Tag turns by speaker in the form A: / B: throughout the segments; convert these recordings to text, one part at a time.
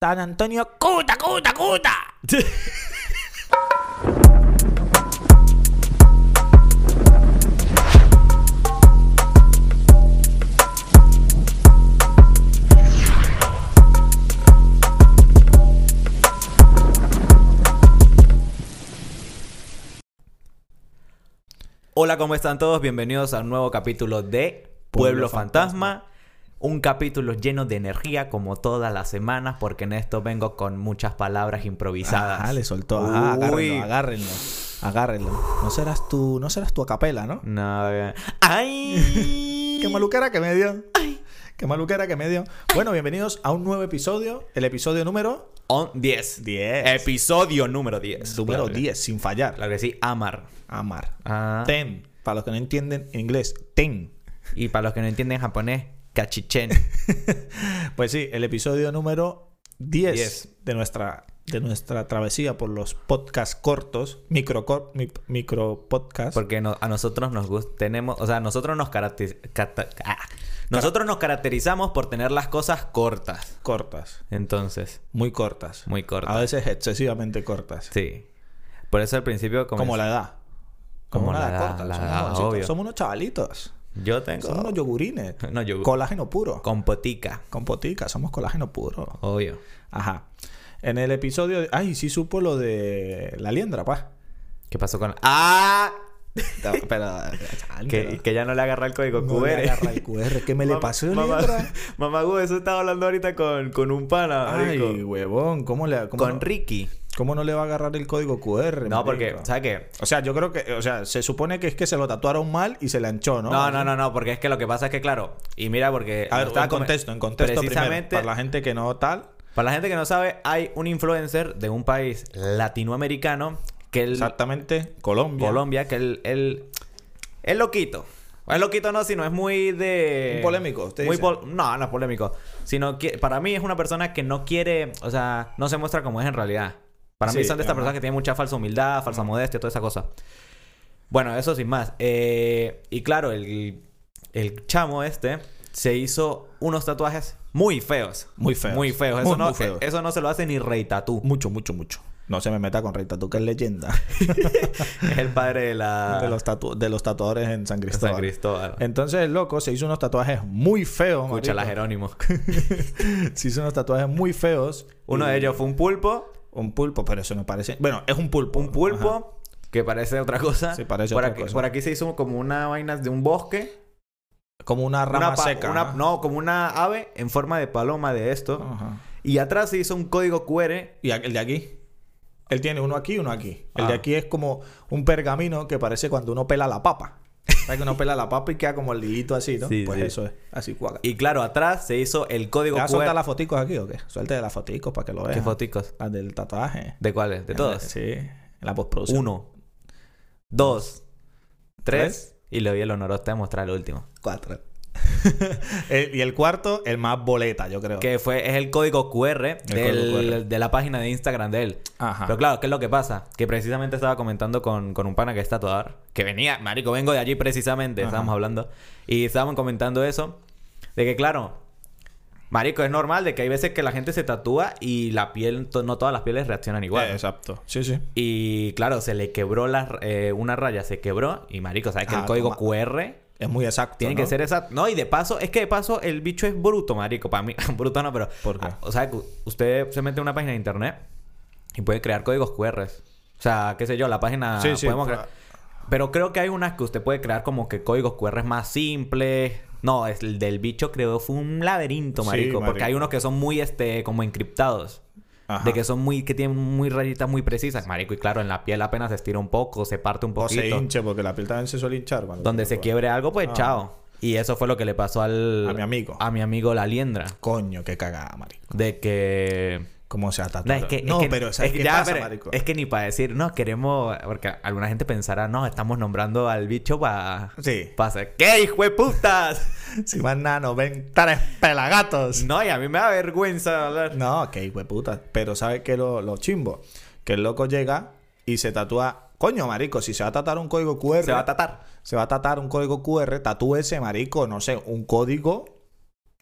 A: San Antonio, cuta, cuta, cuta.
B: Hola, ¿cómo están todos? Bienvenidos a un nuevo capítulo de Pueblo,
C: Pueblo
B: Fantasma. Un capítulo lleno de energía como todas las semanas porque en esto vengo con muchas palabras improvisadas.
C: Ajá, Ah, le soltó. Ajá,
B: Uy.
C: agárrenlo, agárrenlo. Agárrenlo. No serás tú, no serás tú a capela, ¿no?
B: No, bien. ¡Ay!
C: Qué maluquera que me dio. Qué maluquera que me dio. Bueno, bienvenidos a un nuevo episodio. El episodio número...
B: On- 10.
C: 10.
B: Episodio número 10.
C: Número
B: Claro que-
C: 10, sin fallar.
B: Claro que sí, Amar.
C: Amar.
B: Ah.
C: Ten. Para los que no entienden en inglés, ten.
B: Y para los que no entienden japonés, cachichen.
C: Pues sí, el episodio número 10
B: Diez.
C: de nuestra de nuestra travesía por los podcasts cortos, micro, cor- mi- micro podcast.
B: Porque no- a nosotros nos gusta, tenemos, o sea, nosotros nos caracter- cata- ah. nosotros nos caracterizamos por tener las cosas cortas.
C: cortas,
B: Entonces,
C: muy cortas.
B: muy cortas.
C: A veces excesivamente cortas.
B: Sí. Por eso al principio como,
C: Ah. Como la edad.
B: Como la edad, la
C: somos,
B: edad,
C: jovencitos,
B: obvio.
C: somos unos chavalitos.
B: yo tengo
C: Somos unos yogurines.
B: No, yogur-
C: Colágeno puro. Con...
B: compotica,
C: potica, somos colágeno puro.
B: obvio.
C: Ajá. En el episodio. de- Ay, sí supo lo de la liendra, pa.
B: ¿Qué pasó con Ah,
C: No, Pero. chaval,
B: que,
C: pero-
B: que ya no le agarra el código
C: No
B: QR.
C: le agarra el QR. ¿Qué me le
B: Mam-
C: pasó,
B: mamá,
C: liendra?
B: mamá Gu, eso estaba hablando ahorita con, con un pana, marico.
C: Ay, huevón. ¿Cómo, le, cómo,
B: con
C: no,
B: Ricky.
C: cómo no le va a agarrar el código QR?
B: No, porque
C: marico?
B: ¿sabes qué?
C: O sea, yo creo que. O sea, se supone que es que se lo tatuaron mal y se le anchó, ¿no?
B: No, no, no, no, porque es que lo que pasa es que, claro, y mira, porque.
C: A ver,
B: lo estaba
C: en
B: Eh, come-
C: contexto, en contexto
B: Precisamente,
C: primero. Para la gente que no tal.
B: gente que no sabe, hay un influencer de un país latinoamericano que él.
C: Exactamente, Colombia.
B: Colombia, que él. él es loquito. No Es loquito, no, sino es muy de.
C: Un polémico, usted
B: muy
C: dice.
B: pol- No, no es polémico. Sino que para mí es una persona que no quiere. O sea, no se muestra como es en realidad. Para mí
C: Sí,
B: son de estas
C: ajá.
B: personas que tienen mucha falsa humildad, falsa modestia, toda esa cosa. Bueno, eso sin más. Eh, y claro, el, el chamo este se hizo unos tatuajes muy feos.
C: Muy feos.
B: Muy feos. Eso,
C: Muy,
B: no,
C: muy feos.
B: eso no se lo hace ni Rey Tatú.
C: Mucho, mucho, mucho. No se me meta con Rey Tatu, que es leyenda
B: es el padre de la.
C: de, los tatu- de los tatuadores en San Cristóbal.
B: Ah. San Cristóbal.
C: Entonces el loco se hizo unos tatuajes muy feos.
B: Escucha la
C: marico.
B: Jerónimo.
C: Se hizo unos tatuajes muy feos.
B: Uno
C: Y
B: de ellos fue un pulpo.
C: Un pulpo, pero eso no parece. Bueno, es un pulpo.
B: Un pulpo que parece otra cosa.
C: Sí, parece
B: por
C: otra
B: aquí,
C: cosa.
B: Por aquí se hizo como una vaina de un bosque.
C: Ajá. Como una
B: una
C: rama
B: pa-
C: seca.
B: una- no, como una ave en forma de paloma de esto.
C: Ajá.
B: Y atrás se hizo un código QR.
C: ¿Y aqu- el de aquí? Él tiene uno aquí y uno aquí. El de
B: Ah.
C: aquí es como un pergamino que parece cuando uno pela la papa. ¿Sabes que uno pela la papa y queda como el hilito así, no?
B: Sí,
C: pues
B: sí.
C: eso es. Así cuaca.
B: Y claro, atrás se hizo el código
C: ¿Te vas a soltar
B: QR.
C: las foticos aquí o qué? Suelte las foticos para que lo vean.
B: ¿Qué foticos?
C: Las del tatuaje. Eh,
B: ¿De cuáles? ¿De todos?
C: Sí. En la postproducción.
B: Uno, dos, tres. Y le doy el honor a usted de mostrar el último.
C: Cuatro. El- y el cuarto, el más boleta, yo creo.
B: Que fue, es el código QR, del-
C: código QR.
B: de la página de Instagram de él.
C: Ajá.
B: Pero claro, ¿qué es lo que pasa? Que precisamente estaba comentando con, con un pana que es tatuador. Que venía, marico, vengo de allí precisamente.
C: Ajá.
B: Estábamos hablando. Y estábamos comentando eso. De que claro, marico, es normal de que hay veces que la gente se tatúa y la piel, to- no todas las pieles reaccionan igual.
C: Eh, exacto. Sí, sí.
B: Y claro, se le quebró la, eh, una raya, se quebró. Y marico, ¿sabes que el
C: Ah,
B: código
C: toma.
B: QR
C: Es muy exacto.
B: tiene
C: ¿no?
B: que ser exacto. No, y de paso, es que de paso el bicho es bruto, marico. Para mí, bruto no, pero.
C: ¿Por qué?
B: Ah, O sea, que usted se mete a una página de internet y puede crear códigos QR. O sea, qué sé yo, la página.
C: Sí, ah. sí,
B: podemos
C: pa-
B: crear- Pero creo que hay unas que usted puede crear como que códigos QR más simples. No, es el del bicho creo fue un laberinto,
C: Sí,
B: marico. Porque
C: marico.
B: hay unos que son muy, este, como encriptados.
C: Ajá.
B: De que son muy, que tienen muy rayitas muy precisas, marico. Y claro, en la piel apenas se estira un poco, se parte un
C: O
B: poquito.
C: se hinche, porque la piel también se suele hinchar. cuando
B: Donde
C: uno
B: se
C: lo-
B: quiebre algo, pues chao. Y eso fue lo que le pasó al...
C: Ah. A mi amigo.
B: A mi amigo La Liendra.
C: Coño, qué cagada, marico.
B: De que...
C: ¿Cómo se
B: No,
C: tatuado?
B: es que...
C: No,
B: es que-
C: pero ¿sabes
B: es que-
C: qué
B: ya,
C: pasa,
B: pero
C: marico?
B: Es que ni para decir, no, queremos... Porque alguna gente pensará, no, estamos nombrando al bicho para...
C: Sí.
B: Para hacer... ¿Qué, hijo de putas?
C: Si más nada nos ven tres pelagatos.
B: no, y a mí me da vergüenza hablar.
C: No, qué hijo de puta. Pero ¿sabes qué lo, lo chimbo? Que el loco llega y se tatúa... Coño, marico, si se va a tatuar un código QR...
B: Se va a tatar.
C: Se va a tatuar un código QR. Tatúe ese, marico, no sé, un código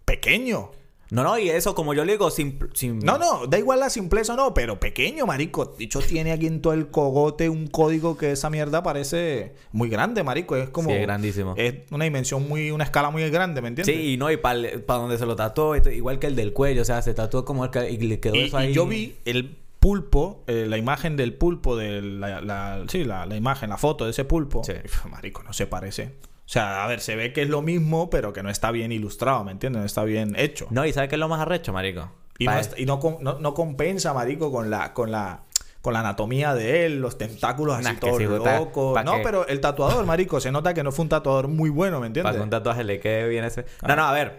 C: pequeño.
B: No, no, y eso, como yo le digo, sin. sin-
C: No, no, da igual la simpleza o no, pero pequeño, marico. Dicho tiene aquí en todo el cogote un código que esa mierda parece muy grande, marico. Es como.
B: Sí, es grandísimo.
C: Es una dimensión muy. Una escala muy grande, ¿me entiendes?
B: Sí, y no, y para donde se lo tatuó, este, igual que el del cuello, o sea, se tatuó como el que y le quedó
C: Y,
B: eso
C: y
B: ahí.
C: yo vi el pulpo, eh, la imagen del pulpo, de la, la- sí, la, la imagen, la foto de ese pulpo.
B: Sí.
C: Y, pf, marico, no se parece. O sea, a ver, se ve que es lo mismo, pero que no está bien ilustrado, ¿me entiendes? No está bien hecho.
B: No, ¿y sabes qué es lo más arrecho, marico?
C: y
B: Pa-
C: no, está- y no, com- no- no compensa, marico, con la, con la con la anatomía de él, los tentáculos así
B: Nah, que
C: todos
B: sí, puta,
C: locos.
B: ¿pa'
C: No,
B: qué?
C: pero el tatuador, marico, se nota que no fue un tatuador muy bueno, ¿me
B: Para que
C: entiendes?
B: un tatuaje le quede bien ese. No, no, a ver.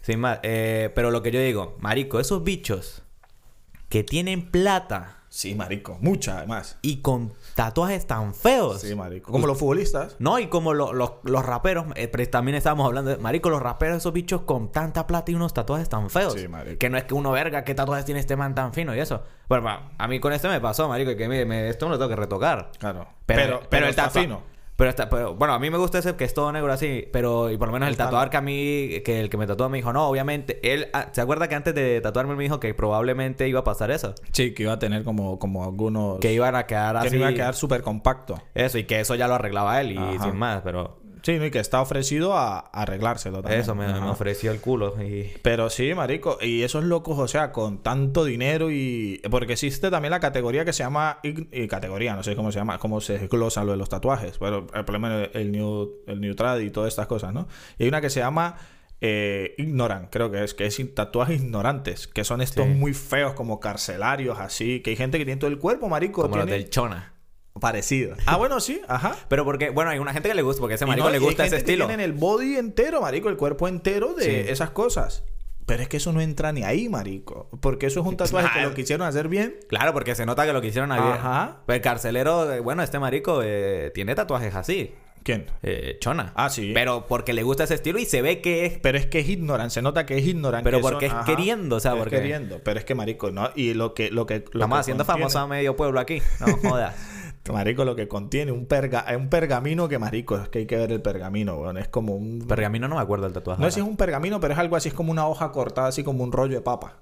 B: Sin más. eh, pero lo que yo digo, marico, esos bichos que tienen plata
C: Sí, marico, mucha además.
B: y con tatuajes tan feos.
C: Sí, marico. Como los futbolistas.
B: No, y como lo- los- los raperos, eh, pero también estábamos hablando de, marico, los raperos, esos bichos con tanta plata y unos tatuajes tan feos.
C: Sí, marico.
B: Que no es que uno verga, qué tatuajes tiene este man tan fino y eso. Bueno, pa- a mí con este me pasó, marico, que me, me- esto me lo tengo que retocar.
C: Claro.
B: Pero, pero, el
C: está
B: tatua-
C: fino.
B: Pero está, pero, bueno, a mí me gusta ese que es todo negro así, pero y por lo menos el
C: Está-
B: tatuador que a mí, que el que me tatuó me dijo, no, obviamente, él, ah, ¿se acuerda que antes de tatuarme él me dijo que probablemente iba a pasar eso?
C: Sí, que iba a tener como, como algunos.
B: Que iban a quedar
C: Pues, que
B: así.
C: no iba a quedar súper compacto.
B: Eso, y que eso ya lo arreglaba él y
C: Ajá.
B: sin más, pero
C: Sí, no, y que está ofrecido a a arreglárselo también.
B: eso me,
C: Ajá.
B: me ofreció el culo y...
C: Pero sí, marico. Y esos locos, o sea, con tanto dinero y... Porque existe también la categoría que se llama... ig- y categoría, no sé cómo se llama, cómo se desglosa lo de los tatuajes. Pero el problema es el new, el new trad y todas estas cosas, ¿no? Y hay una que se llama... Eh, ignoran, creo que es que es tatuajes ignorantes, que son estos
B: Sí.
C: muy feos, como carcelarios, así, que hay gente que tiene todo el cuerpo, marico,
B: Como los
C: tiene-
B: del Chona.
C: parecido. Ah, bueno, sí, ajá.
B: Pero porque, bueno, hay una gente que le gusta, porque a ese
C: Y
B: Este marico
C: no,
B: le
C: y hay
B: gusta ese
C: gente que
B: estilo.
C: Tienen el body entero, marico, el cuerpo entero de
B: Sí.
C: esas cosas. Pero es que eso no entra ni ahí, marico. Porque eso es un tatuaje que
B: Claro.
C: lo quisieron hacer bien.
B: Claro, porque se nota que lo que hicieron a
C: Ajá.
B: El carcelero, eh, bueno, este marico eh, tiene tatuajes así.
C: ¿Quién?
B: eh, chona.
C: Ah, sí.
B: Pero porque le gusta ese estilo y se ve que es.
C: Pero es que es ignorante, se nota que es ignorante.
B: Pero
C: que
B: porque es queriendo, o sea,
C: Es
B: porque-
C: queriendo. Pero es que, marico, no. Y lo que. Lo que lo
B: Estamos
C: que
B: haciendo
C: contiene-
B: famoso a medio pueblo aquí. No jodas.
C: Marico, lo que contiene un, perga, eh, un pergamino que, marico, es que hay que ver el pergamino, weón. Es como un.
B: Pergamino no me acuerdo el tatuaje.
C: No sé si es un pergamino, pero es algo así, es como una hoja cortada, así como un rollo de papa.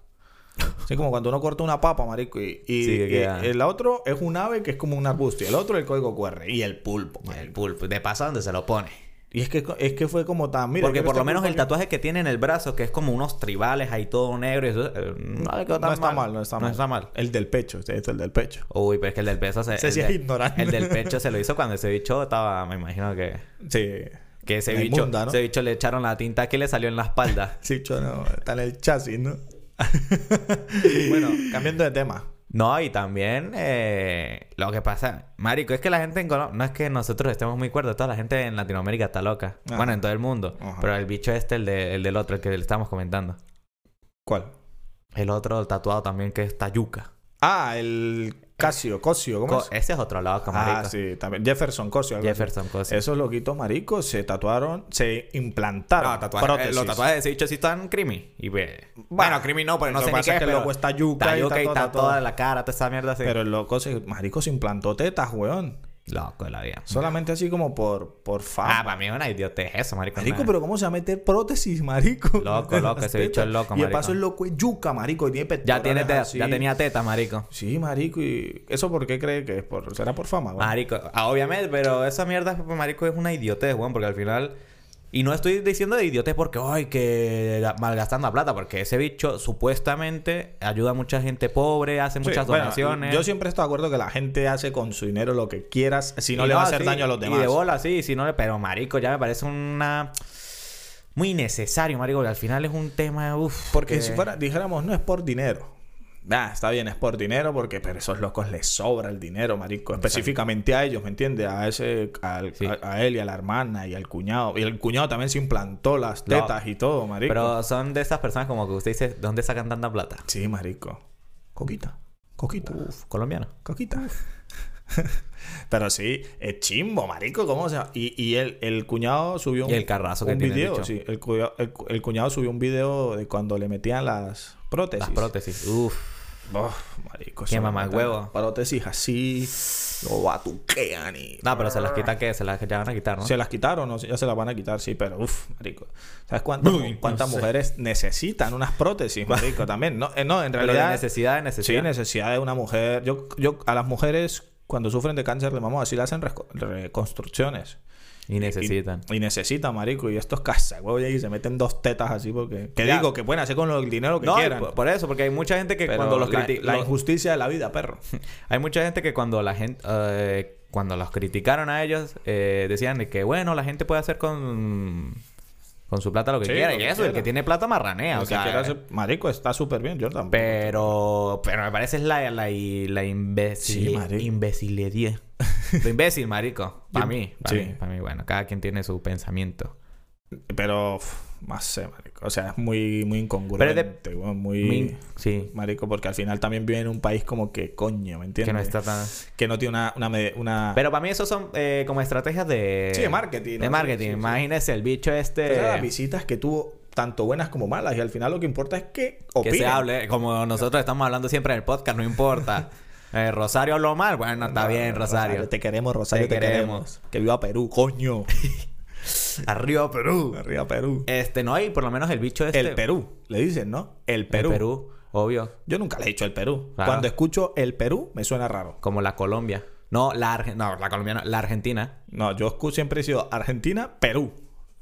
C: Así como cuando uno corta una papa, marico. Y, y-
B: Sí, que
C: y
B: queda.
C: el otro es un ave que es como un arbusto. Y el otro el código QR. Y el pulpo,
B: El
C: marico.
B: pulpo. De paso donde se lo pone.
C: Y es que, es que fue como tan... Mira,
B: porque
C: quiero
B: por lo
C: este
B: menos
C: pulpo
B: el
C: aquí.
B: tatuaje que tiene en el brazo, que es como unos tribales ahí todo negro. Y eso, eh, no le quedó tan
C: No está mal, no está mal.
B: No está mal.
C: El del pecho. Este es el del pecho.
B: Uy, pero es que el del pecho se.
C: Ese
B: Eh, el
C: sí es
B: de-
C: ignorante.
B: El del pecho se lo hizo cuando ese bicho estaba, me imagino que.
C: Sí.
B: Que ese
C: La
B: bicho,
C: inmunda, ¿no?
B: ese bicho le echaron la tinta que le salió en la espalda.
C: Sí, yo no. Está en el chasis, ¿no? bueno, cambiando de tema.
B: No, y también eh, lo que pasa, Marico, es que la gente en Colombia, no es que nosotros estemos muy cuerdos, toda la gente en Latinoamérica está loca.
C: Ajá.
B: Bueno, en todo el mundo.
C: Ajá.
B: Pero el bicho este, el, de- el del otro, el que le estamos comentando.
C: ¿Cuál?
B: El otro el tatuado también que es Tayuca.
C: Ah, el Casio. Cosio, ¿cómo
B: Co-
C: es?
B: Ese es otro lado, Marico.
C: Ah, sí. También. Jefferson Cosio. algo así.
B: Jefferson Cosio.
C: Esos loquitos maricos se tatuaron, se implantaron.
B: No, tatuajes-
C: prótesis.
B: eh, los tatuajes de ese bicho sí están creamy. Y, ve- bueno, creamy no, pero no
C: lo
B: sé
C: que
B: ni
C: pasa
B: qué
C: es que el
B: pero
C: loco está yuca y
B: está yuca
C: está
B: y
C: todo
B: está
C: tatuado.
B: toda la cara, toda esa mierda así.
C: Pero el loco, se, marico, se implantó tetas, weón.
B: Loco de la vida.
C: Solamente así como por, por fama.
B: Ah, para mí es una idiotez eso, Marico.
C: Marico,
B: Nah.
C: pero ¿cómo se va a meter prótesis, marico?
B: Loco, loco, ese bicho es loco,
C: Y de
B: marico.
C: paso el loco es yuca, marico. Y tiene
B: Ya,
C: pectorales
B: tiene teta-
C: así.
B: ya tenía teta, Marico.
C: Sí, marico, y... ¿Eso por qué cree que es? Por... ¿Será por fama, weón?
B: Marico, ah, obviamente, pero esa mierda, marico, es una idiotez, Juan, porque al final... Y no estoy diciendo de idiotez porque, ay, que la- malgastando la plata, porque ese bicho supuestamente ayuda a mucha gente pobre, hace
C: Sí,
B: muchas
C: bueno,
B: donaciones.
C: yo siempre estoy de acuerdo que la gente hace con su dinero lo que quieras, si no
B: Y
C: le va a hacer
B: sí,
C: daño a los demás.
B: Y de bola, sí, si no le... Pero, marico, ya me parece una... Muy necesario, marico, porque al final es un tema, uff...
C: Porque si fuera, dijéramos, no es por dinero. Ah, está bien, es por dinero porque pero esos locos les sobra el dinero, marico. Específicamente a ellos, ¿me entiendes? A ese, al-
B: Sí.
C: a, a él y a la hermana y al cuñado. Y el cuñado también se implantó las
B: No.
C: tetas y todo, marico.
B: Pero son de esas personas como que usted dice, ¿de dónde sacan tanta plata?
C: Sí, marico. Coquita. Coquita.
B: Uf, colombiano.
C: Coquita. pero sí, es chimbo, marico. ¿Cómo se llama? Y, y el, el cuñado subió
B: Y el carrazo que
C: un
B: tiene el
C: video.
B: bicho.
C: sí, el, cuñado, el, cu- el cuñado subió un video de cuando le metían las prótesis.
B: Las prótesis. Uf.
C: Oh, marico.
B: Qué
C: eso me
B: mamagüevo.
C: mata. Prótesis así. Lo batuquean y.
B: No, pero se las quitan que se las ya van a quitar, ¿no?
C: Ah. Se las quitaron, no sé, ya se las van a quitar, sí, pero uff, marico. ¿Sabes cuántas,
B: Uy, no
C: cuántas
B: sé.
C: mujeres necesitan unas prótesis, marico? También, no, eh, no en
B: Pero de
C: realidad.
B: necesidad, de necesidad.
C: Sí, necesidad de una mujer. Yo, yo, a las mujeres, cuando sufren de cáncer de mama, así le hacen resco- reconstrucciones.
B: y necesitan.
C: Y, y necesitan, marico. Y estos cazagüeyes y se meten dos tetas así porque... Que
B: Ya.
C: digo, que pueden hacer con lo- el dinero que
B: No, y
C: quieran.
B: por, por eso, porque hay mucha gente que
C: Pero
B: cuando los
C: la,
B: criti-
C: la
B: los-
C: injusticia de la vida, perro.
B: Hay mucha gente que cuando la gente eh, cuando los criticaron a ellos eh, decían de que bueno la gente puede hacer con con su plata lo que
C: Sí,
B: quiera
C: lo
B: y
C: que
B: eso el
C: quiera.
B: que tiene plata marranea o
C: Lo que
B: sea
C: quiera
B: eh,
C: hacer- marico, está súper bien. Yo tampoco.
B: pero pero me parece es la la la imbécil
C: Sí, marico.
B: imbécilería. lo imbécil marico para
C: Yo-
B: mí para
C: sí.
B: mí para mí bueno cada quien tiene su pensamiento
C: Pero... pff, No sé, marico. O sea, es muy, muy incongruente. weón, muy...
B: Min- sí
C: Marico, porque al final también vive en un país como que coño, ¿me entiendes?
B: que no está tan
C: Que no tiene una... una, me- una-
B: pero para mí esos son eh, como estrategias de
C: Sí, de marketing,
B: de
C: ¿no?
B: marketing
C: Sí, sí, sí.
B: imagínese el bicho este
C: Esas eran las visitas que tuvo tanto buenas como malas. Y al final lo que importa es que
B: Que
C: opinen.
B: se hable, como nosotros estamos hablando siempre en el podcast, no importa. Eh, Rosario habló mal, bueno, está bien, Rosario.
C: Te queremos, Rosario,
B: Te
C: te,
B: queremos.
C: queremos. Que viva Perú, coño.
B: Arriba Perú.
C: Arriba Perú.
B: Este, no, y por lo menos el bicho este.
C: El Perú, le dicen, ¿no? El
B: El
C: Perú.
B: Perú, Ah. obvio.
C: Yo nunca le he dicho el Perú.
B: Claro.
C: Cuando escucho el Perú, me suena raro.
B: Como la Colombia. No, la Arge- no, la colombiana, la Argentina.
C: No, yo escu- siempre he sido Argentina, Perú.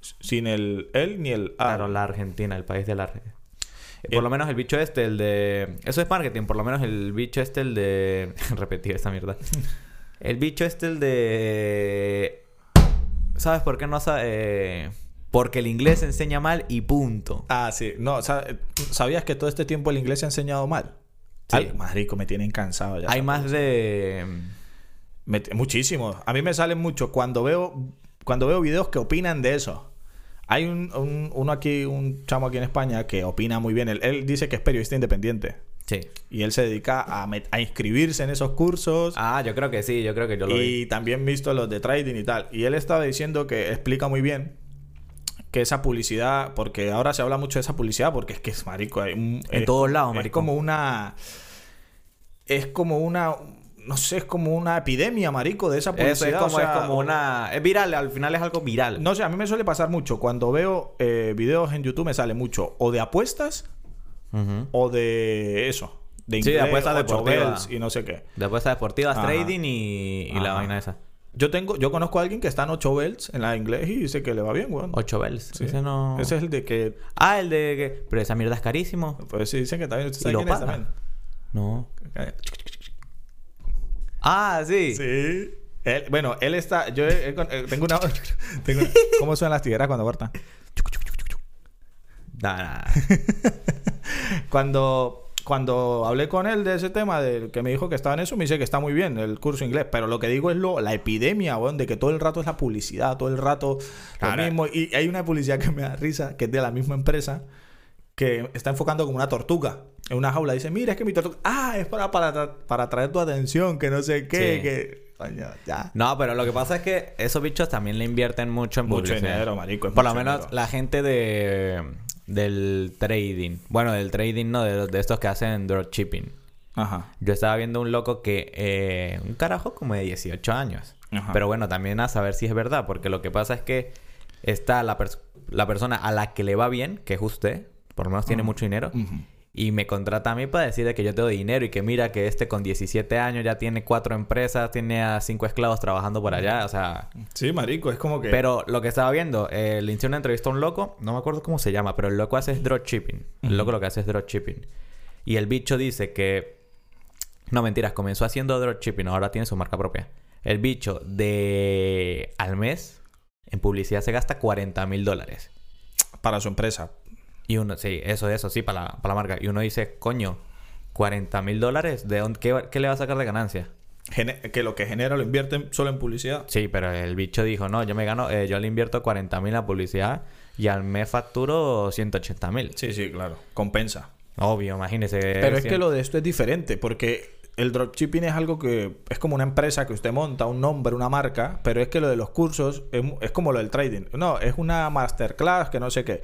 C: S- Sin el él ni el A.
B: Claro, la Argentina, el país de la Argentina. Por
C: Ah. El-
B: lo menos el bicho este, el de... Eso es marketing, por lo menos el bicho este, el de... Repetir esta mierda. El bicho este, el de... ¿Sabes por qué no sabe? Porque el inglés se enseña mal y punto.
C: Ah, sí. No, sa- ¿sabías que todo este tiempo el inglés se ha enseñado mal?
B: Sí.
C: Ay, marico, me tienen cansado ya. pues.
B: Hay más de...
C: Me t- muchísimo. A mí me salen mucho cuando veo cuando veo videos que opinan de eso. Hay un, un- uno aquí, un chamo aquí en España que opina muy bien. Él, él dice que es periodista independiente
B: Sí.
C: y él se dedica a, met- a inscribirse en esos cursos.
B: Ah, yo creo que sí, yo creo que yo lo vi.
C: y también visto los de trading y tal. Y él estaba diciendo que explica muy bien que esa publicidad, porque ahora se habla mucho de esa publicidad, porque es que es marico. hay un-
B: En
C: es-
B: todos lados,
C: es
B: marico.
C: como una. Es como una. No sé, es como una epidemia, marico, de esa
B: Eso
C: publicidad.
B: es
C: o
B: como,
C: sea,
B: es como una... Es viral, al final es algo viral.
C: No sé, a mí me suele pasar mucho. Cuando veo eh, videos en YouTube me sale mucho o de apuestas
B: Ujú.
C: o de eso. De
B: Sí, de apuestas
C: ocho
B: deportivas.
C: bells y no sé qué.
B: De apuestas deportivas,
C: Ajá.
B: trading y, y la
C: Ajá.
B: vaina esa.
C: Yo tengo, yo conozco a alguien que está en 8 bells en la inglés y dice que le va bien, weón.
B: Ocho bells.
C: Sí.
B: Ese no...
C: Ese es el de que.
B: Ah, el de que... Pero esa mierda es carísimo.
C: Pues sí, dicen que también. ¿Usted
B: Y
C: sabe
B: lo
C: quién es
B: paga.
C: también?
B: No. Ah, sí.
C: Sí. Él- bueno, él está. Yo he- he con- eh, tengo, una, tengo una- ¿Cómo suenan las tijeras cuando cortan?
B: Nah, nah.
C: Cuando, cuando hablé con él de ese tema, del que me dijo que estaba en eso, me dice que está muy bien el curso inglés. Pero lo que digo es lo, la epidemia, weón, de que todo el rato es la publicidad, todo el rato
B: Claro.
C: lo mismo. Y hay una publicidad que me da risa, que es de la misma empresa, que está enfocando como una tortuga en una jaula. Dice, mira, es que mi tortuga. Ah, es para, para, tra- para atraer tu atención, que no sé qué,
B: Sí.
C: que. Coño, ya.
B: No, pero lo que pasa es que esos bichos también le invierten mucho en
C: Mucho
B: publicidad.
C: dinero, marico, es
B: Por lo
C: mucho
B: menos
C: dinero.
B: la gente de del trading. Bueno, del trading no, de, de estos que hacen dropshipping.
C: Ajá.
B: Yo estaba viendo un loco que... eh, un carajo como de 18 años.
C: Ajá.
B: Pero bueno, también a saber si es verdad. Porque lo que pasa es que está la, pers- la persona a la que le va bien, que es usted. Por lo menos tiene mucho dinero. Y me contrata a mí para decirle que yo te doy dinero y que mira que este con 17 años ya tiene cuatro empresas, tiene a cinco esclavos trabajando por allá, o sea...
C: Sí, marico, es como que.
B: Pero lo que estaba viendo, eh, le hice una entrevista a un loco, no me acuerdo cómo se llama, pero el loco hace es dropshipping. El loco lo que hace es dropshipping. Y el bicho dice que... No, mentiras, comenzó haciendo dropshipping, ahora tiene su marca propia. El bicho de... al mes, en publicidad se gasta 40 mil dólares.
C: para su empresa.
B: Y uno, sí, eso, eso, sí, para la, para la marca. Y uno dice, coño, 40 mil dólares, ¿de dónde, qué, va- qué le va a sacar de ganancia?
C: Gene- que lo que genera lo invierten solo en publicidad.
B: Sí, pero el bicho dijo, no, yo me gano, eh, yo le invierto 40 mil a publicidad y al mes facturo 180 mil.
C: Sí, sí, claro. Compensa.
B: Obvio, imagínese.
C: Pero es que lo de esto es diferente, porque el dropshipping es algo que es como una empresa que usted monta, un nombre, una marca, pero es que lo de los cursos es, mu- es como lo del trading. No, es una masterclass que no sé qué.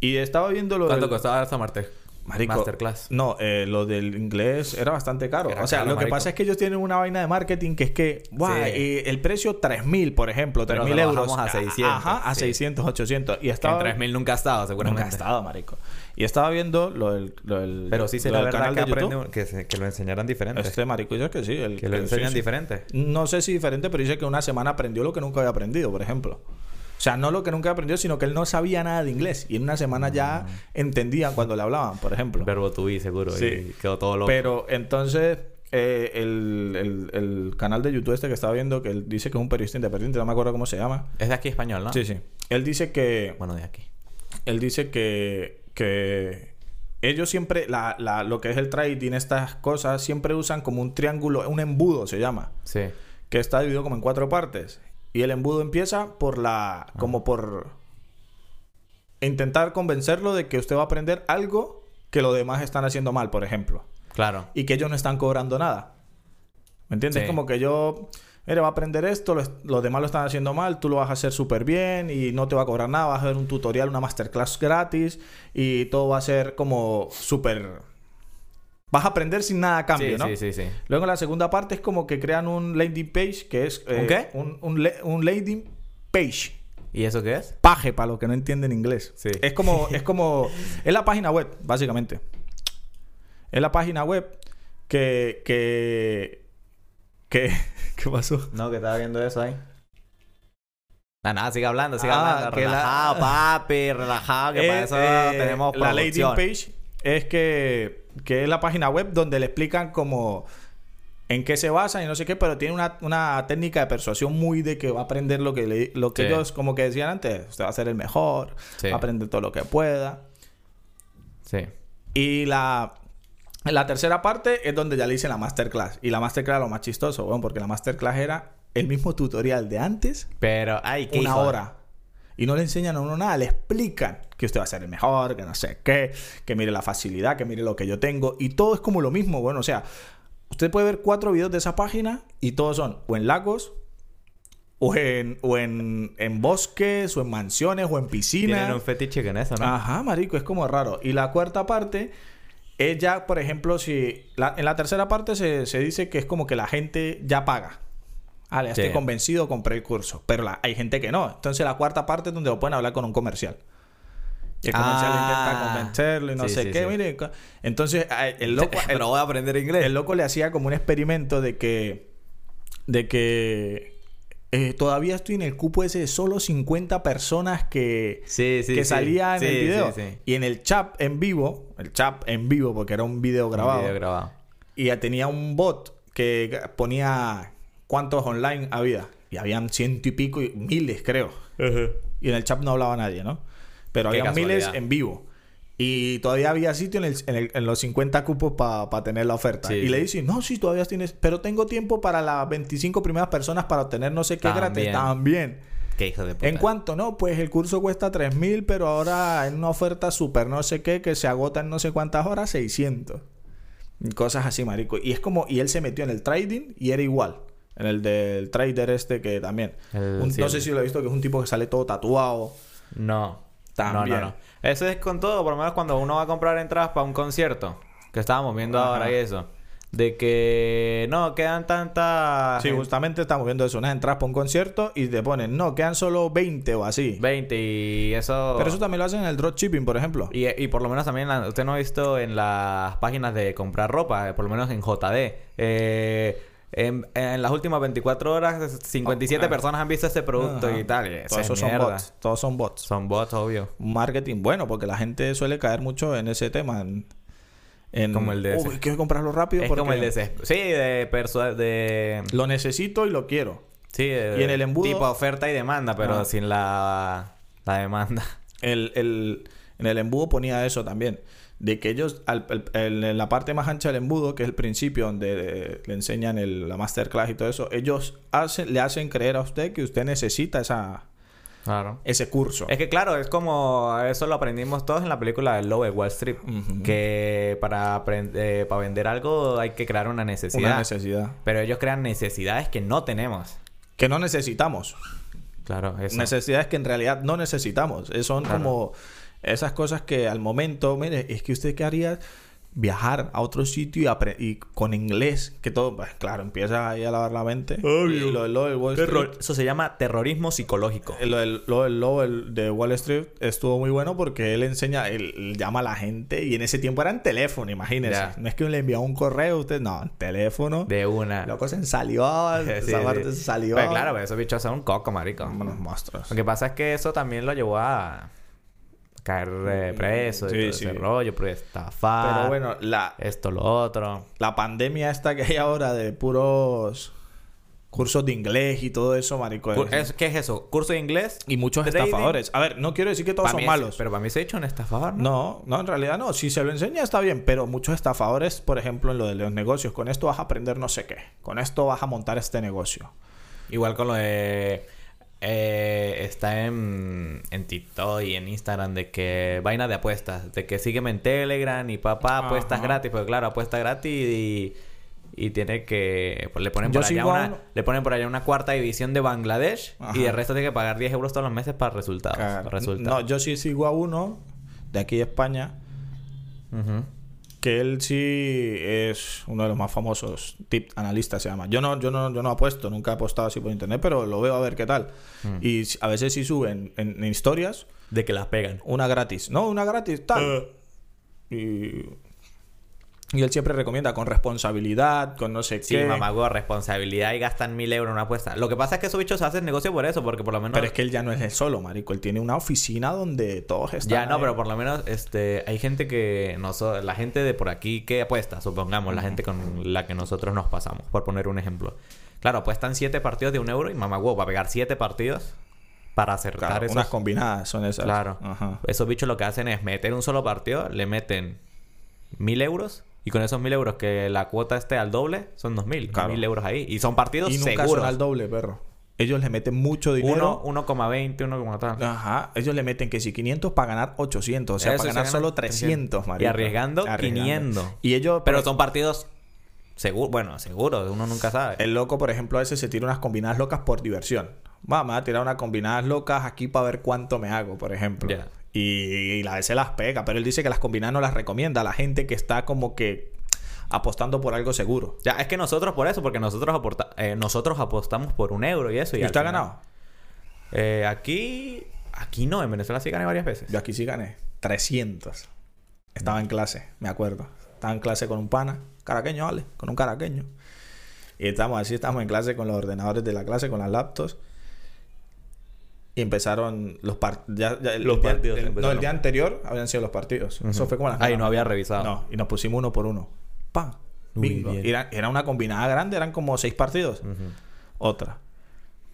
C: Y estaba viendo lo
B: ¿Cuánto
C: del-
B: costaba esa martes?
C: Marico,
B: Masterclass.
C: No, eh, lo del inglés era bastante caro.
B: Era
C: o sea,
B: caro,
C: lo que
B: marico.
C: pasa es que ellos tienen una vaina de marketing que es que, guau,
B: Sí.
C: eh, el precio 3.000, por ejemplo,
B: Pero
C: 3.000
B: lo
C: euros.
B: bajamos a
C: Ah,
B: 600,
C: Ajá, a
B: sí.
C: 600, 800. Y
B: Que en
C: estaba...
B: 3000 nunca ha estado, seguramente.
C: Nunca he estado, marico. Y estaba viendo lo del, lo del-
B: Pero sí
C: lo
B: será
C: del
B: verdad
C: canal
B: que,
C: de YouTube.
B: aprende, que, se- que lo enseñaran diferente.
C: Este marico dice que sí. El,
B: que lo
C: el- sí,
B: enseñan
C: sí.
B: diferente.
C: No sé si diferente, pero dice que una semana aprendió lo que nunca había aprendido, por ejemplo. O sea, no lo que nunca aprendió, sino que él no sabía nada de inglés. Y en una semana
B: Ah.
C: ya entendían cuando le hablaban, por ejemplo.
B: Verbo to be, seguro.
C: Sí.
B: Y quedó todo loco.
C: Pero entonces, eh, el, el- el canal de YouTube este que estaba viendo, que él dice que es un periodista independiente, no me acuerdo cómo se llama.
B: es de aquí español, ¿no?
C: Sí, sí. Él dice que.
B: Ah. Bueno, de aquí.
C: Él dice que, que ellos siempre, la, la- lo que es el trading, estas cosas, siempre usan como un triángulo, un embudo se llama,
B: Sí.
C: que está dividido como en cuatro partes. Y el embudo empieza por la,
B: Ah.
C: como por intentar convencerlo de que usted va a aprender algo que los demás están haciendo mal, por ejemplo
B: Claro.
C: y que ellos no están cobrando nada. ¿Me entiendes?
B: Sí.
C: Como que yo, mira, va a aprender esto, los, los demás lo están haciendo mal, tú lo vas a hacer súper bien y no te va a cobrar nada, vas a ver un tutorial, una masterclass gratis y todo va a ser como súper... Vas a aprender sin nada a cambio,
B: sí,
C: ¿no?
B: sí, sí, sí.
C: Luego la segunda parte es como que crean un landing page que es... eh,
B: ¿Un qué?
C: Un, un le- un landing page.
B: ¿Y eso qué es?
C: Paje para los que no entienden inglés.
B: Sí.
C: Es como, es como, es la página web, básicamente. Es la página web que, que, que, ¿qué pasó?
B: No, que estaba viendo eso ahí. Nada, nada, sigue hablando, sigue
C: Ah,
B: hablando.
C: que la-
B: Relajado, papi, relajado, Ah, que para
C: Es,
B: eso
C: eh,
B: tenemos
C: la
B: producción.
C: landing page es que, que es la página web donde le explican como en qué se basan y no sé qué, pero tiene una, una técnica de persuasión muy de que va a aprender lo que, le- lo que
B: Sí.
C: ellos como que decían antes, usted va a ser el mejor,
B: Sí.
C: va a aprender todo lo que pueda.
B: Sí.
C: Y la, la tercera parte es donde ya le hice la masterclass. Y la masterclass lo más chistoso, weón, porque la masterclass era el mismo tutorial de antes,
B: Pero, ay, qué
C: una
B: hijo de-
C: hora. Y no le enseñan a uno nada, le explican que usted va a ser el mejor, que no sé qué, que mire la facilidad, que mire lo que yo tengo. Y todo es como lo mismo, bueno, o sea, usted puede ver cuatro videos de esa página y todos son o en lagos, o en, o en, en bosques, o en mansiones, o en piscinas.
B: Tienen un fetiche con eso, ¿no?
C: Ajá, marico, es como raro. Y la cuarta parte es ya, por ejemplo, si... la- en la tercera parte se, se dice que es como que la gente ya paga. Ah, ya
B: Sí.
C: estoy convencido, compré el curso. Pero la- hay gente que no. Entonces la cuarta parte es donde lo pueden hablar con un comercial. Y el comercial
B: Ah.
C: intenta convencerlo y no
B: Sí,
C: sé
B: sí,
C: qué.
B: sí.
C: mire, co- entonces ah, el loco... el-
B: Pero voy a aprender inglés.
C: el loco le hacía como un experimento de que. de que. eh, todavía estoy en el cupo ese de solo 50 personas que,
B: Sí, sí,
C: que
B: sí.
C: salía en
B: Sí,
C: el video.
B: sí, sí.
C: Y en el chat en vivo, el chat en vivo, porque era un video grabado,
B: Video grabado.
C: y ya tenía un bot que ponía cuántos online había. Y habían ciento y pico, y miles creo. Y en el chat no hablaba nadie, ¿no? Pero
B: Qué
C: había miles
B: casualidad.
C: en vivo. Y todavía había sitio en, el- en el- en los 50 cupos para tener la oferta.
B: Sí,
C: y le
B: sí.
C: dicen, no, sí, todavía tienes... Pero tengo tiempo para las 25 primeras personas para obtener no sé qué gratis.
B: También.
C: También.
B: Qué hijo de puta.
C: ¿En cuánto? No, pues el curso cuesta 3.000, pero ahora en una oferta super no sé qué que se agota en no sé cuántas horas, 600. Cosas así, marico. Y es como... Y él se metió en el trading y era igual. En el del trader este que también...
B: El-
C: Un-
B: sí,
C: no
B: el-
C: sé si lo he visto, que es un tipo que sale todo tatuado.
B: No.
C: También.
B: No, no, no. Eso es con todo, por lo menos cuando uno va a comprar entradas para un concierto, que estábamos viendo
C: Ajá.
B: ahora y eso. De que no, quedan tantas eh,
C: Sí,
B: gente,
C: justamente estamos viendo eso. Unas entradas para un concierto y te ponen, no, quedan solo 20 o así.
B: 20 y eso.
C: Pero eso también lo hacen en el dropshipping, por ejemplo.
B: y, y por lo menos también, la- usted no ha visto en las páginas de comprar ropa, eh, por lo menos en JD. Eh, en, en las últimas 24 horas, 57
C: Ah,
B: personas han visto este producto
C: Ajá.
B: y tal. y eso
C: Todos
B: es
C: esos son
B: mierda.
C: bots. Todos son bots.
B: Son bots, obvio.
C: Un Marketing bueno, porque la gente suele caer mucho en ese tema. En, en,
B: Como el de
C: "Uy,
B: ese.
C: quiero comprarlo rápido
B: Es
C: porque
B: como el desespero. Sí, de persua- de
C: lo necesito y lo quiero.
B: Sí, de-
C: Y en el embudo-
B: Tipo oferta y demanda, pero
C: Ah.
B: sin la, la demanda.
C: El, el- en el embudo ponía eso también. De que ellos, al- al- el- en la parte más ancha del embudo, que es el principio donde eh, le enseñan el- la masterclass y todo eso, ellos hacen, le hacen creer a usted que usted necesita esa,
B: Claro.
C: ese curso.
B: Es que claro, es como eso lo aprendimos todos en la película del Lobo de Wall Street.
C: Ujú.
B: Que para, apren- eh, para vender algo hay que crear una necesidad.
C: Una necesidad.
B: Pero ellos crean necesidades que no tenemos.
C: Que no necesitamos.
B: Claro, eso.
C: Necesidades que en realidad no necesitamos. Eh, Son
B: Claro.
C: como Esas cosas que al momento, mire, es que usted qué haría viajar a otro sitio y, apre- y con inglés, que todo, pues claro, empieza ahí a lavar la mente.
B: Obvio.
C: Y lo del lobo del Wall
B: Terror-
C: Street- eh,
B: Eso se llama terrorismo psicológico.
C: lo del, lo del lobo del- de Wall Street estuvo muy bueno porque él enseña, él, él llama a la gente y en ese tiempo era en teléfono, imagínense.
B: Ya.
C: No es que le enviaba un correo a usted, no, en teléfono.
B: De una.
C: Loco se ensalió,
B: Sí,
C: esa
B: sí.
C: parte se salió.
B: Pero claro, pues, pero esos bichos son un coco, marico.
C: Como los monstruos.
B: Lo que pasa es que eso también lo llevó a caer eh, preso
C: Sí,
B: y todo
C: sí.
B: ese rollo, por estafar.
C: Pero bueno, la,
B: Esto, lo otro.
C: la pandemia esta que hay ahora de puros cursos de inglés y todo eso, marico.
B: Cu-
C: es-
B: es- ¿Qué es eso? ¿Curso de inglés?
C: y muchos
B: trading.
C: estafadores. A ver, no quiero decir que todos
B: Pa'
C: son
B: mí es-
C: malos.
B: Pero para mí se ha hecho un estafador, ¿no?
C: No, no, en realidad no. Si se lo enseña está bien, pero muchos estafadores, por ejemplo, en lo de los negocios, con esto vas a aprender no sé qué. Con esto vas a montar este negocio.
B: Igual con lo de... eh, está en, en TikTok y en Instagram de que... Vaina de apuestas. De que sígueme en Telegram y papá, apuestas
C: Ajá.
B: gratis. Pero claro, apuestas gratis y... y tiene que... pues, le ponen
C: Yo
B: por allá
C: sigo a
B: una...
C: uno-
B: Le ponen por allá una cuarta división de Bangladesh.
C: Ajá.
B: Y de resto tiene que pagar 10 euros todos los meses para resultados.
C: Cagar.
B: para resultados.
C: No, yo sí sigo a uno de aquí de España
B: Ujú.
C: que él sí es uno de los más famosos tip analista se llama yo no yo no yo no apuesto nunca he apostado así por internet pero lo veo a ver qué tal
B: Mm.
C: y s- a veces sí suben en, en historias
B: De que las pegan.
C: una gratis no una gratis tal
B: Eh.
C: y y él siempre recomienda con responsabilidad con no sé
B: Sí,
C: qué
B: mamá, responsabilidad y gastan mil euros en una apuesta. Lo que pasa es que esos bichos hacen negocio por eso, porque por lo menos.
C: pero es que él ya no es el solo marico él tiene una oficina donde todos están
B: Ya no,
C: ahí.
B: pero por lo menos este hay gente que nosotros, la gente de por aquí que apuesta, supongamos, la gente con la que nosotros nos pasamos, por poner un ejemplo. Claro, apuestan siete partidos de un euro y mamá huevo va a pegar siete partidos para acertar
C: Claro,
B: esos.
C: unas combinadas son esas
B: Claro.
C: Ajá.
B: Esos bichos lo que hacen es meter un solo partido, le meten mil euros y con esos mil euros que la cuota esté al doble, son dos mil.
C: Claro.
B: Mil euros ahí. Y son partidos
C: y nunca
B: seguros.
C: son al doble perro ellos le meten mucho dinero
B: Uno- 1,20, 1,20 tal.
C: Ajá, ellos le meten que si 500 para ganar 800, o sea,
B: Eso,
C: para
B: se
C: ganar
B: ganan
C: solo 300,
B: 300,
C: marico.
B: y arriesgando 500.
C: Y ellos,
B: Pero
C: por-
B: son partidos seguros, bueno, seguros, uno nunca sabe.
C: el loco, por ejemplo, a veces se tira unas combinadas locas por diversión. Va, me voy a tirar unas combinadas locas aquí para ver cuánto me hago, por ejemplo.
B: Ya.
C: Y, y a veces las pega, pero él dice que las combinadas no las recomienda a la gente que está como que apostando por algo seguro.
B: Ya, es que nosotros por eso, porque nosotros aporta- eh, nosotros apostamos por un euro y eso.
C: ¿Y,
B: ¿Y, al
C: usted ha
B: final-
C: ganado?
B: Eh, aquí, aquí no, en Venezuela sí gané varias veces.
C: Yo aquí sí gané 300. Estaba en clase, me acuerdo. Estaba en clase con un pana, caraqueño, vale, con un caraqueño. Y estamos así, estamos en clase con los ordenadores de la clase, con las laptops. Y empezaron los partidos.
B: Los partidos
C: no, el
B: empezaron.
C: día anterior habían sido los partidos. Eso fue como las
B: Ahí no había revisado.
C: No, y nos pusimos uno por uno. ¡Pam!
B: Muy
C: Bingo.
B: bien.
C: Y Era, era una combinada grande, eran como seis partidos. Otra,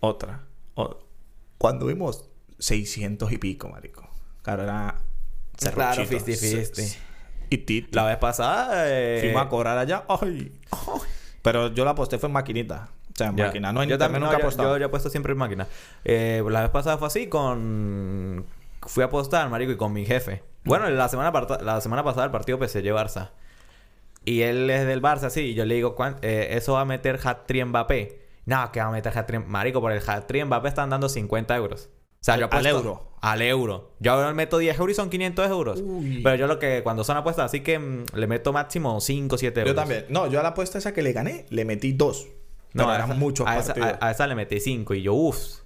C: otra. o- Cuando vimos 600 y pico, marico. Claro, era.
B: Claro,
C: serruchito.
B: 50-50.
C: S- s- Y tito.
B: La vez pasada. eh,
C: Fuimos a cobrar allá. ¡Ay! Pero yo la aposté fue en maquinita. O sea, en
B: ya.
C: máquina. No en
B: yo también
C: internet
B: no,
C: nunca
B: yo-
C: apostaba.
B: Yo, yo apuesto siempre en máquina. Eh, la vez pasada fue así con. Fui a apostar, marico, y con mi jefe. Bueno, la semana, parta- la semana pasada el partido PSG-Barça. Y él es del Barça, sí. Y yo le digo, "¿Cuán- eh, ¿eso va a meter hat-trick Mbappé? No, que va a meter hat-trick. Marico, por el hat-trick Mbappé están dando 50 euros. O sea,
C: Al-
B: yo
C: al
B: apuesto-
C: euro.
B: Al euro. Yo ahora meto 10 euros y son 500 euros.
C: Uy.
B: Pero yo lo que... Cuando son apuestas, así que mm, le meto máximo 5, 7
C: Yo
B: euros.
C: también. No, yo a la apuesta esa que le gané, le metí dos. No,
B: a
C: eran
B: esa-
C: muchos
B: a esa,
C: partidos.
B: a- a esa le metí cinco y yo, uff,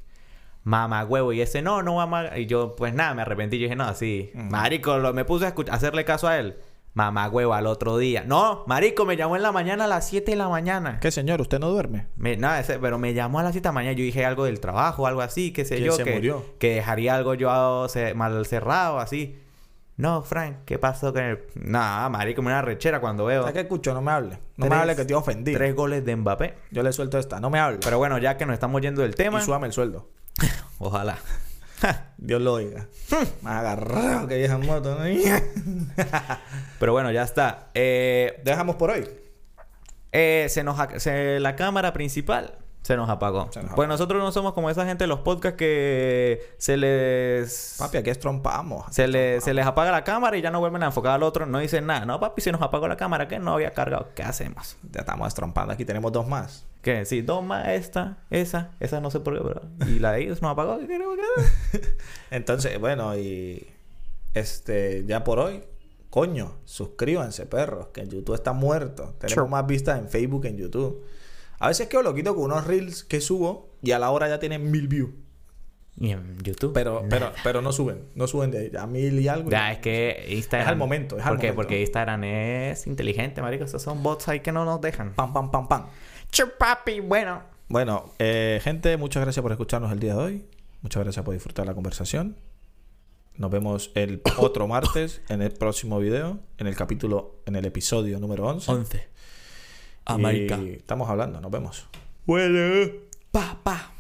B: mamá huevo. Y ese no, no vamos a... Y yo, pues nada, me arrepentí. Yo dije, no, así.
C: Mm.
B: Marico, lo- me puse a escuch- a hacerle caso a él. Mamá huevo al otro día. No, marico, me llamó en la mañana a las 7 de la mañana.
C: ¿Qué señor? ¿Usted no duerme?
B: Me- nada, ese- pero me llamó a las 7 de la mañana. Yo dije algo del trabajo, algo así, qué sé
C: Que
B: yo.
C: se
B: que,
C: murió.
B: que dejaría algo yo a- ce- mal cerrado, así. No, Frank, ¿qué pasó con el...? Nada, marico, me da una rechera cuando veo...
C: ¿Sabes qué, Cucho? No me hable. No me
B: Tres-
C: hable que te ofendí.
B: Tres goles de Mbappé.
C: Yo le suelto esta. No me hable.
B: Pero bueno, ya que nos estamos yendo del tema...
C: y súbame el sueldo.
B: Ojalá.
C: Dios lo oiga. Más agarrado que vieja moto, ¿no?
B: Pero bueno, ya está. Eh,
C: Dejamos por hoy.
B: eh, se nos ac- se- la cámara principal se nos apagó.
C: Se nos apagó.
B: Pues nosotros no somos como esa gente de los podcasts que se les
C: Papi, aquí estrompamos.
B: se, le- se les apaga la cámara y ya no vuelven a enfocar al otro, no dicen nada. No, papi, se nos apagó la cámara, que no había cargado. ¿Qué hacemos?
C: Ya estamos estrompando. Aquí tenemos dos más.
B: Que sí, toma esta, esa, esa no sé por qué, pero y la de ellos nos apagó.
C: Entonces, bueno, y... Este, ya por hoy, coño, suscríbanse, perros, que en YouTube está muerto. Tenemos más vistas en Facebook que en YouTube. A veces quedo loquito con unos reels que subo y a la hora ya tienen mil views.
B: Y en YouTube.
C: Pero, pero, pero no suben, no suben de ahí, a mil y algo.
B: Mm. Ya, es que Instagram.
C: Es al momento, es al
B: ¿Por qué?
C: momento.
B: Porque Instagram es inteligente, marico. Esos son bots ahí que no nos dejan.
C: Pam, pam, pam, pam.
B: Chupapi, bueno.
C: Bueno, eh, gente, muchas gracias por escucharnos el día de hoy. Muchas gracias por disfrutar la conversación. Nos vemos el otro martes en el próximo video, en el capítulo, en el episodio número 11.
A: 11.
C: Y
A: América.
C: Eh, estamos hablando, nos vemos.
A: Pa, pa.